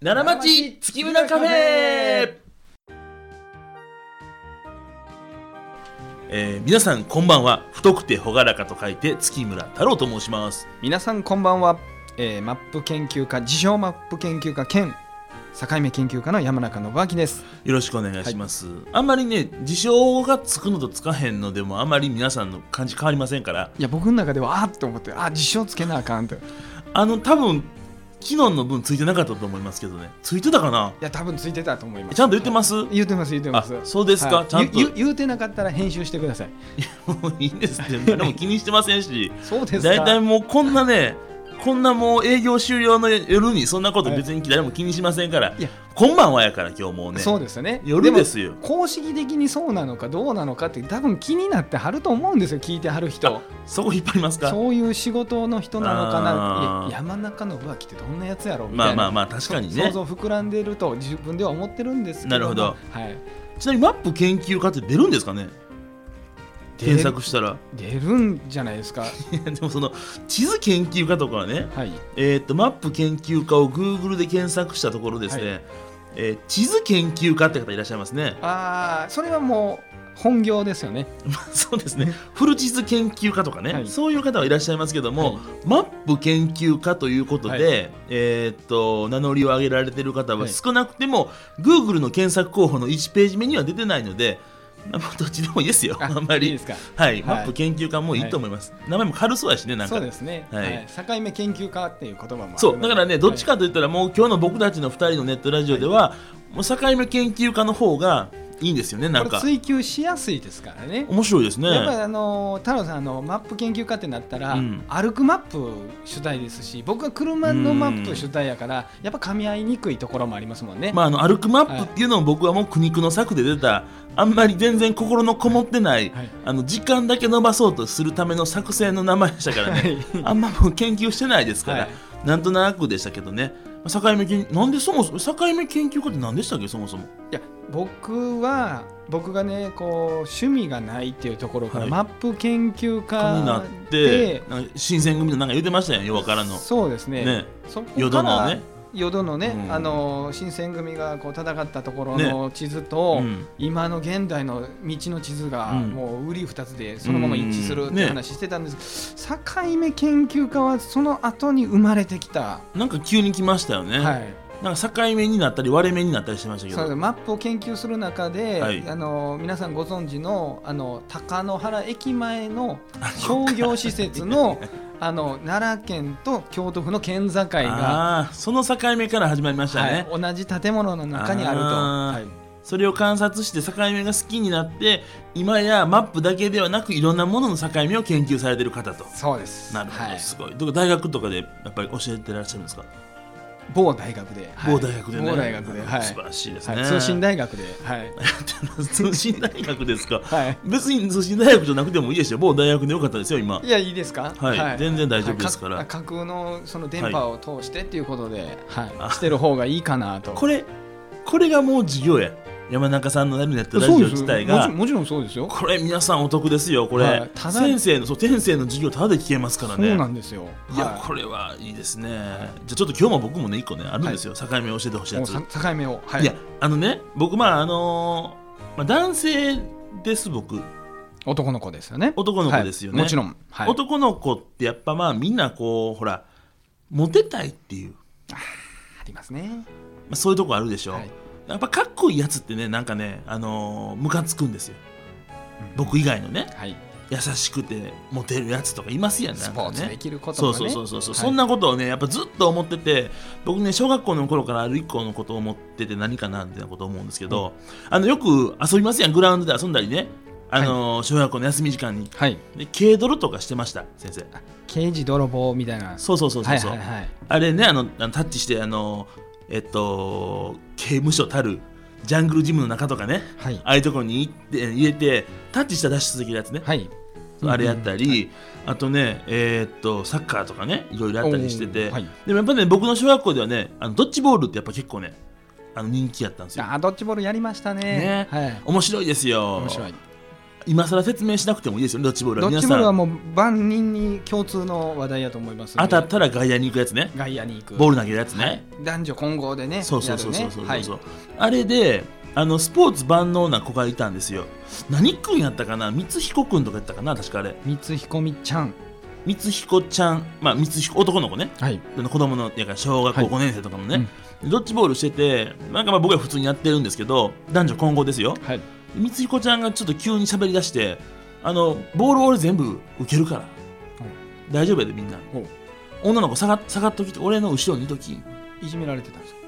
奈良町月村カフェえー、皆さんこんばんは太くて朗らかと書いて月村太郎と申します皆さんこんばんは、えーマップ研究家自称マップ研究家兼境目研究家の山中信明ですよろしくお願いします、あんまりね自称がつくのとつかへんのでもあんまり皆さんの感じ変わりませんからいや僕の中ではあーって思ってあ自称つけなあかんといあの多分昨日の分ついてなかったと思いますけどねついてたかなや多分ついてたと思いますちゃんと言ってます言ってます言ってあますそうですか、はいちゃんとゆゆ言うてなかったら編集してください もういいんですって誰も気にしてませんしそうですか大体もうこんなねこんなもう営業終了の夜にそんなこと別に誰も気にしませんから、いやこんばんはやから今日もうねそうですよね夜ですよも公式的にそうなのかどうなのかって多分気になってはると思うんですよ聞いてはる人そこ引っ張りますかそういう仕事の人なのかあなーいや山中信明ってどんなやつやろみたいなまあまあまあ確かに想ね像膨らんでると自分では思ってるんですけどもなるほどはい、ちなみにマップ研究家って出るんですかね検索したら出るんじゃない ですかいやでもその地図研究家とかはねはいえーっとマップ研究家を Google で検索したところですね、えーは地図研究家って方いらっしゃいますねああそれはもう本業ですよね そうですね古地図研究家とかね、はいそういう方はいらっしゃいますけども、はマップ研究家ということで、はいえーっと名乗りを上げられてる方ははい少なくても、Google の検索候補の1ページ目には出てないので、まあ、どっちでもいいですよ、あんまいいりで。すかはい、いマップ研究家もいいと思います、名前も軽そうやしね、なんか。そうですね、ははいい境目研究家っていう言葉もあるのでそうだからね、どっちはかといったら、もう今日の僕たちの2人のネットラジオでは、もう境目研究家の方がいいんですよね、いなんこれか。追求しやすいですからね面白いですね。やっぱりあのー太郎さんあのマップ研究家ってなったら、うん歩くマップ主体ですし僕は車のマップ主体やからやっぱ噛み合いにくいところもありますもんね、まあ、あの歩くマップっていうのも僕はもう苦肉の策で出たあんまり全然心のこもってない、はいあの時間だけ伸ばそうとするための作戦の名前でしたからね、はいあんまもう研究してないですから、はいなんとなくでしたけどねまあ境目研なんでそもそも境目研究家って何でしたっけそもそもいや僕は僕がねこう趣味がないっていうところから、はいマップ研究家になってなんか新選組のなんか言ってましたよようわからんのそうですねねそこから淀のね淀のね、うんあの新選組がこう戦ったところの地図と、うん今の現代の道の地図がうんもう売り二つでそのまま一致するうんっねて話してたんです、境目研究家はその後に生まれてきた、なんか急に来ましたよね、はい、なんか境目になったり割れ目になったりしてましたけそうどマップを研究する中で、はいあの皆さんご存知のあの高野原駅前の商業施 設のあの奈良県と京都府の県境が、ああーその境目から始まりましたね、はい同じ建物の中にあると。あーはいそれを観察して境目が好きになって今やマップだけではなくいろんなものの境目を研究されてる方とそうですなるほど、はいすごいどこ大学とかでやっぱり教えてらっしゃるんですか、某大学で、はい某大学でね某大学で、はい素晴らしいですね、はい通信大学で、はい、通信大学ですかはい、別に通信大学じゃなくてもいいでしょ某大学でよかったですよ今いやいいですか、はい全然大丈夫ですからはい架空のその電波を通してっていうことで、はいあしてる方がいいかなとこれこれがもう授業や山中さんのなるネットラジオ自体もちがろんもちろんそうですよこれ皆さんお得ですよこれ、はいただ先生のそう先生の授業ただで聞けますからねそうなんですよ。いや、はこれはいいですね。じゃあちょっと今日も僕もね、一個ね、あるんですよ。境目を教えてほしいもやうつ。さ境目を。はいいや、あのね、僕、まあ、あのーまあ、男性です、僕。男の子ですよね。男の子ですよね。はいもちろん。はい、男の子ってやっぱまあ、みんなこう、ほら、モテたいっていう、ありますね。まあ、そういうとこあるでしょ。はいやっぱかっこいいやつってね、なんかね、あのームカつくんですよ。僕以外のね、はい。優しくてモテるやつとかいますやん、なスんポかーツでね。きることそうとかそね。うそうそうそう、そはいんなことをねやっぱずっと思ってて僕ね小学校の頃からある一個のことを思ってて何かなみたいなことを思うんですけど、あのよく遊びますやんグラウンドで遊んだりねあのー、小学校の休み時間にはい。で軽泥とかしてました先生刑事泥棒みたいな。そうそうそうそうそう、はいはいはい。あれねあのあのタッチしてあのえっと刑務所たるジャングルジムの中とかねはい。ああいうとこに行って入れてタッチしたら脱出できるやつねはい。あれやったり、あとね、えーっとサッカーとかねいろいろやったりしてて、おーはいでもやっぱね僕の小学校ではねあのドッジボールってやっぱ結構ねあの人気やったんですよ。あドッジボールやりましたね。ねはい。面白いですよ面白い。今更説明しなくてもいいですよねドッジボールドはッ皆ジボーさルはんもう万人に共通の話題やと思いますんで当たったら外野に行くやつね外野に行くボール投げるやつね、男女混合でねそうそうそうそうそうそう、やるねはいあれであのスポーツ万能な子がいたんですよ何君やったかな光彦君とかやったかな確かあれ光彦美ちゃん光彦ちゃんまあ光彦男の子ねはい子供のやから小学校はい5年生とかもね、ドッジボールしててなんかまあ僕は普通にやってるんですけど男女混合ですよはい光彦ちゃんがちょっと急に喋り出してあのボール俺全部受けるから、大丈夫やでみんなほう女の子下が下がっときて俺の後ろにいときいじめられてたんですか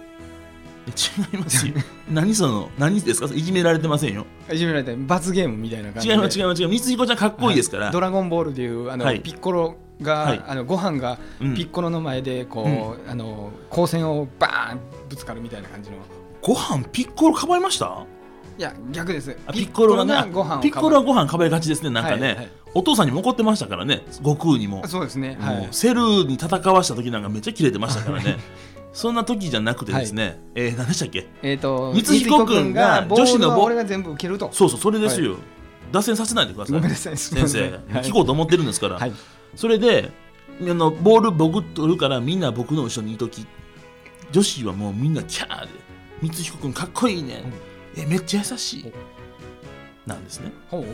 いや違います よ何その何ですかいじめられてませんよいじめられて罰ゲームみたいな感じ違でいます違います違います光彦ちゃんかっこいいですから、はドラゴンボールでいうあの、はいピッコロが、はいあのご飯がうんピッコロの前でこう、あの光線をバーンぶつかるみたいな感じのご飯ピッコロかばいましたいや逆ですあピッコロがねピッコロがご飯をピッコロはご飯かばいがちですねなんかね、はいはいお父さんにも怒ってましたからね悟空にもあそうですねはもいうセルに戦わした時なんかめっちゃキレてましたからね そんな時じゃなくてですね、えー何でしたっけえっ、と光彦君が光彦君女子がボールのはボ俺が全部受けるとそうそうそれですよ、脱線させないでくださごいめんなさいすいま先せん生、はい聞こうと思ってるんですから、はいそれであのボール僕取るからみんな僕の後ろにいとき女子はもうみんなキャーで光彦君かっこいいね、えめっちゃ優しいなんですねほうほう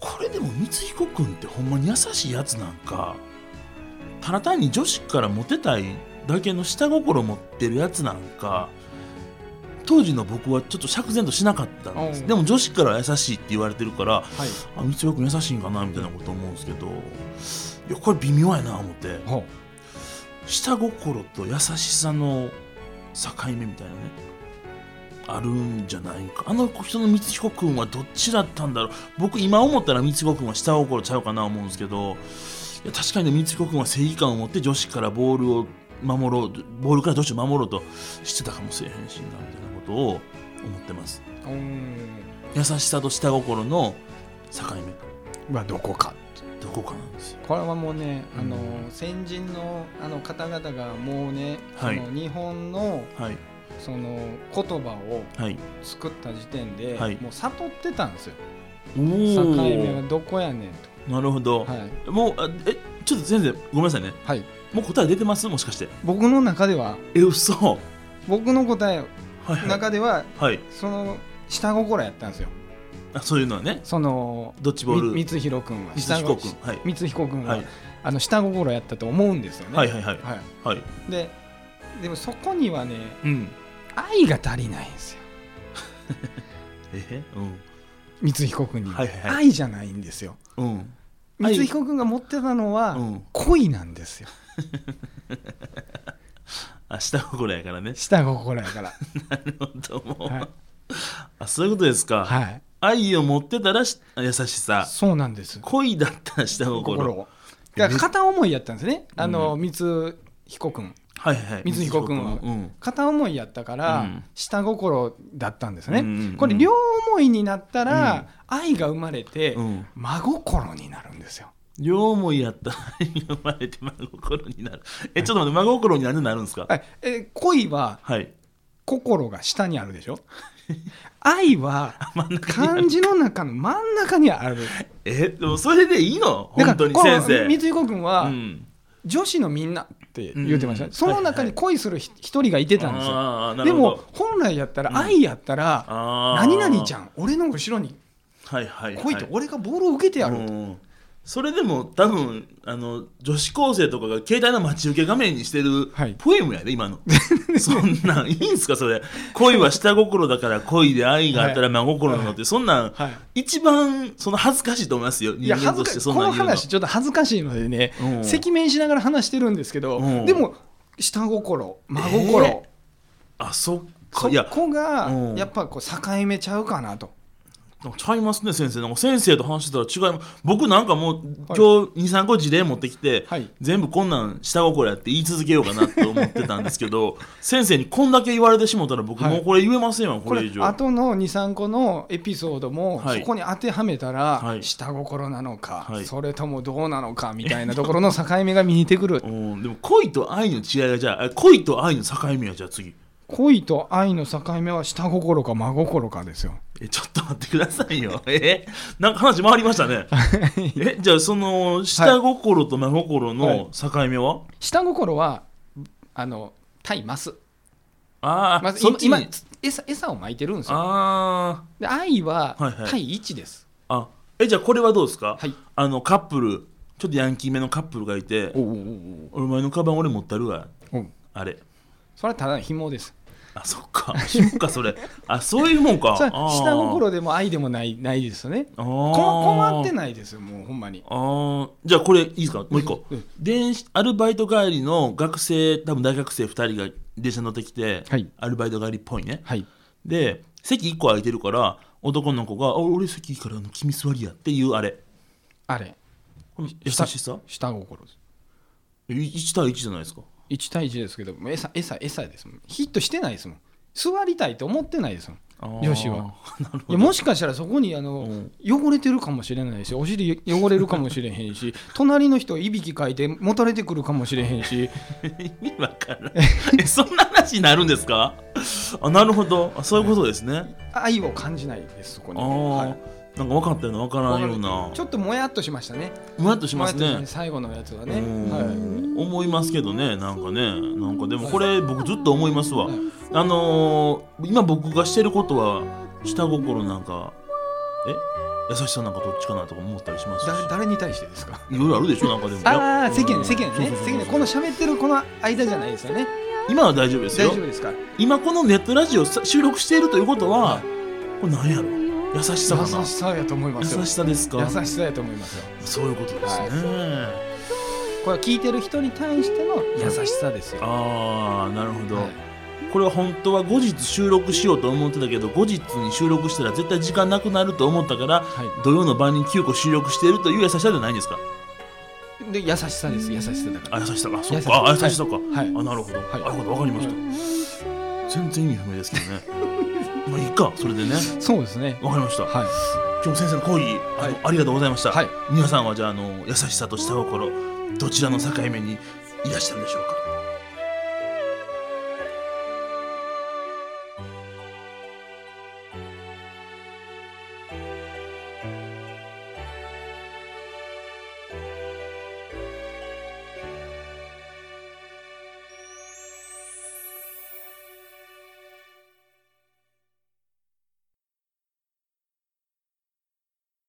これでも光彦君ってほんまに優しいやつなんかただ単に女子からモテたいだけの下心持ってるやつなんか当時の僕はちょっと釈然としなかったんですうんでも女子からは優しいって言われてるからはいあ光彦君優しいんかなみたいなこと思うんですけどいやこれ微妙やな思ってほ下心と優しさの境目みたいなねあるんじゃないかあの人の光彦君はどっちだったんだろう僕今思ったら光彦君は下心ちゃうかな思うんですけどいや確かにね光彦君は正義感を持って女子からボールを守ろうボールから女子を守ろうとしてたかもしれへんしなみたいなことを思ってますううん優しさと下心の境目はどこかどこかなんですよこれはもうね、うんあの先人のあの方々がもうね、はいその日本のはいその言葉をはい作った時点で、はいもう悟ってたんですよお境ー目はどこやねんなるほど、とはい、もうあえちょっと先生ごめんなさいねはい、もう答え出てますもしかして。僕の中ではえ、嘘。は僕の答えい、はい。中でははい。その下心やったんですよあ、そういうのはね。そのドッジボール。み光弘君は光彦君。下はい。心光彦君は、はいあの下心やったと思うんですよねはいはいはい。はいはい。ででもそこにはねうん。愛が足りないんですよえうん。光彦君には、はいはいはい愛じゃないんですようん。愛光彦君が持ってたのは、うん。恋なんですよあ、下心やからね。下心や からどうも。はい、あ、そういうことですか。はい、愛を持ってたらし優しさ。そうなんです恋だったら下心。心をだから片思いやったんですねあの、光彦君はいはい。光彦君はうん。片思いやったから、うん下心だったんですね、うんうんうんこれ両思いになったら、愛が生まれて、うん。真心になるんですよ両思いやったら 愛が生まれて真心になる。え、ちょっと待って、真心になんでなるんですかはいえ恋ははい。心が下にあるで しょ愛は真ん中にある漢字の中の真ん中にあるえ、でもそれでいいの本当にこう先生。光彦君は、うん。女子のみんなって言ってました、うんその中に恋するひ一人がいてたんですよ、あーなでるほども本来やったうんら愛やったら、あ何々ちゃんゃん俺の後ろにはいはい、はい、来いと、俺がボールを受けてやると、うんそれでも多分あの女子高生とかが携帯の待ち受け画面にしてるはいポエムやで、今の そんなんいいんすかそれ恋は下心だ から恋で愛があったら真心なのって、そんなん、はい一番その恥ずかしいと思いますよい人や間と恥ずしかてしいそこんなんの言うの話ちょっと恥ずかしいのでね、うん赤面しながら話してるんですけど、うんでも下心真心、えーあそっかそいやこがうんやっぱこう境目ちゃうかなと、ちゃいますね先生なんか先生と話してたら違います僕なんかもう今はい日23個事例持ってきて、はい全部こんなん下心やって言い続けようかなと思ってたんですけど 先生にこんだけ言われてしもたら僕はいもうこれ言えませんわ、ここれれ以上後の23個のエピソードもはいそこに当てはめたら、はい下心なのか、はいそれともどうなのかみたいなとこ ろの境目が見えてくるうんでも恋と愛の違いがじゃああ恋と愛の境目はじゃあ次恋と愛の境目は下心か真心かですよえちょっと待ってくださいよ えなんか話回りましたねえじゃあその下心と真心の境目は、下心はあの対マスああ、まずそっちに今餌餌を巻いてるんですよあで愛ははいはい対1です、ああえじゃあこれはどうですか、はいあのカップルちょっとヤンキーめのカップルがいておうお「うお前のカバン俺持ってるわおうおう」あれそれはただの紐ですあそっか紐かそれあそういうもんか それあはー下心でも愛でもないないですよねあーこ困ってないですよもうほんまにあーじゃあこれいいですかもう一個、うん電子アルバイト帰りの学生多分大学生2人が電車乗ってきて、はいアルバイト帰りっぽいねはいで席1個空いてるから男の子が「あ俺席いいからあの君座りや」っていうあれあれこの優しさ下心です1対1じゃないですか1対1ですけどもう餌餌餌ですもんヒットしてないですもん座りたいと思ってないですもんあー女子はなるいほやどもしかしたらそこにあの、うん汚れてるかもしれないしお尻汚れるかもしれへん し隣の人いびきかいてもたれてくるかもしれへんし意味わからんえそんな話になるんですかあなるほどあそういうことですね愛を感じないですそこに、ああ、はなんか分かったような分からんようなわかるちょっともやっとしましたねもやっとしますもやっとね最後のやつはね、うはん思いますけどねなんかねなんかでもこれ僕ずっと思いますわあのー、今僕がしてることは下心なんかえ優しさなんかどっちかなとか思ったりしますい、しだ誰に対してですかいろいろあるでしょなんかでもあいあや世間そうそう世間ねそう世間ねこの喋ってるこの間じゃないですよね今は大丈夫です大よ丈夫ですか今このネットラジオさ収録しているということはこれ何やろ優しさかな優しさやと思いますよ優しさですか優しさやと思いますよそういうことですね、これは聞いてる人に対しての優しさですよ、ああなるほど、はいこれは本当は後日収録しようと思ってたけど後日に収録したら絶対時間なくなると思ったからは土曜の晩に9個収録しているという優しさじゃないんですかい、で優しさです優しさだからあ優しさかそっ優しかさあ優しさか、はいあなるほど、はいあなるほどわかりました、全然意味不明ですけどねまあいいかそれでねそうですねわかりましたはい今日も先生の講義、あのはありがとうございました、はい皆さんはじゃああの優しさと下心どちらの境目にいらっしゃるでしょうか